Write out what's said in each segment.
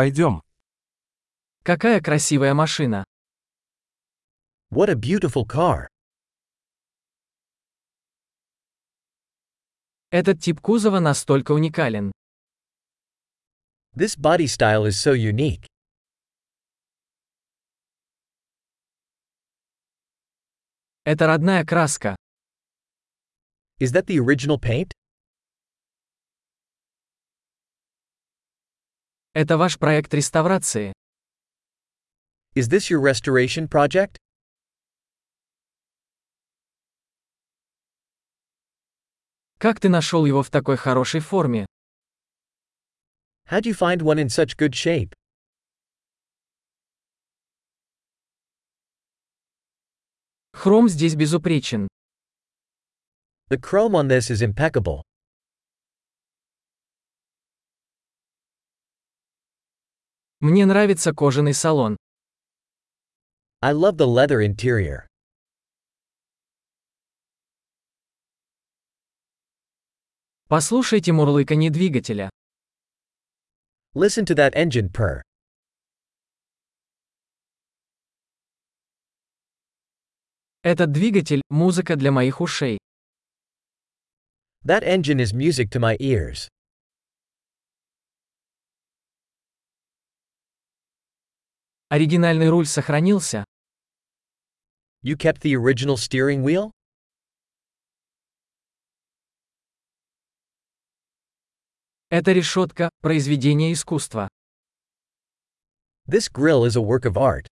Пойдем. Какая красивая машина. What a beautiful car. Этот тип кузова настолько уникален. This body style is so unique. Это родная краска. Is that the original paint? Это ваш проект реставрации. Is this your restoration project? Как ты нашел его в такой хорошей форме? How'd you find one in such good shape? Хром здесь безупречен. The chrome on this is impeccable. Мне нравится кожаный салон. I love the leather interior. Послушайте мурлыканье двигателя. Listen to that engine purr. Этот двигатель – музыка для моих ушей. That engine is music to my ears. Оригинальный руль сохранился. You kept the original steering wheel? Эта решетка – произведение искусства. This grill is a work of art.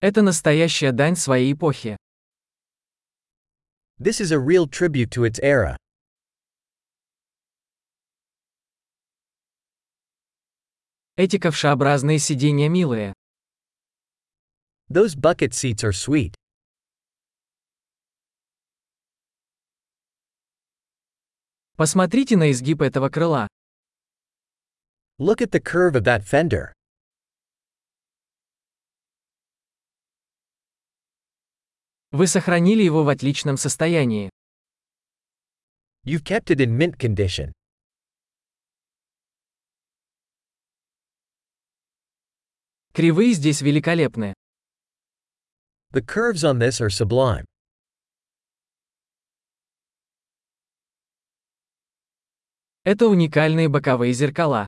Это настоящая дань своей эпохи. This is a real tribute to its era. Эти ковшеобразные сиденья милые. Those bucket seats are sweet. Посмотрите на изгиб этого крыла. Look at the curve of that fender. Вы сохранили его в отличном состоянии. You've kept it in mint condition. Кривые здесь великолепны. The curves on this are sublime. Это уникальные боковые зеркала.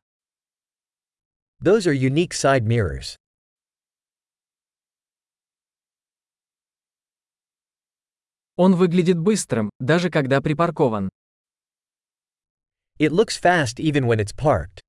Those are unique side mirrors. Он выглядит быстрым, даже когда припаркован. It looks fast even when it's parked.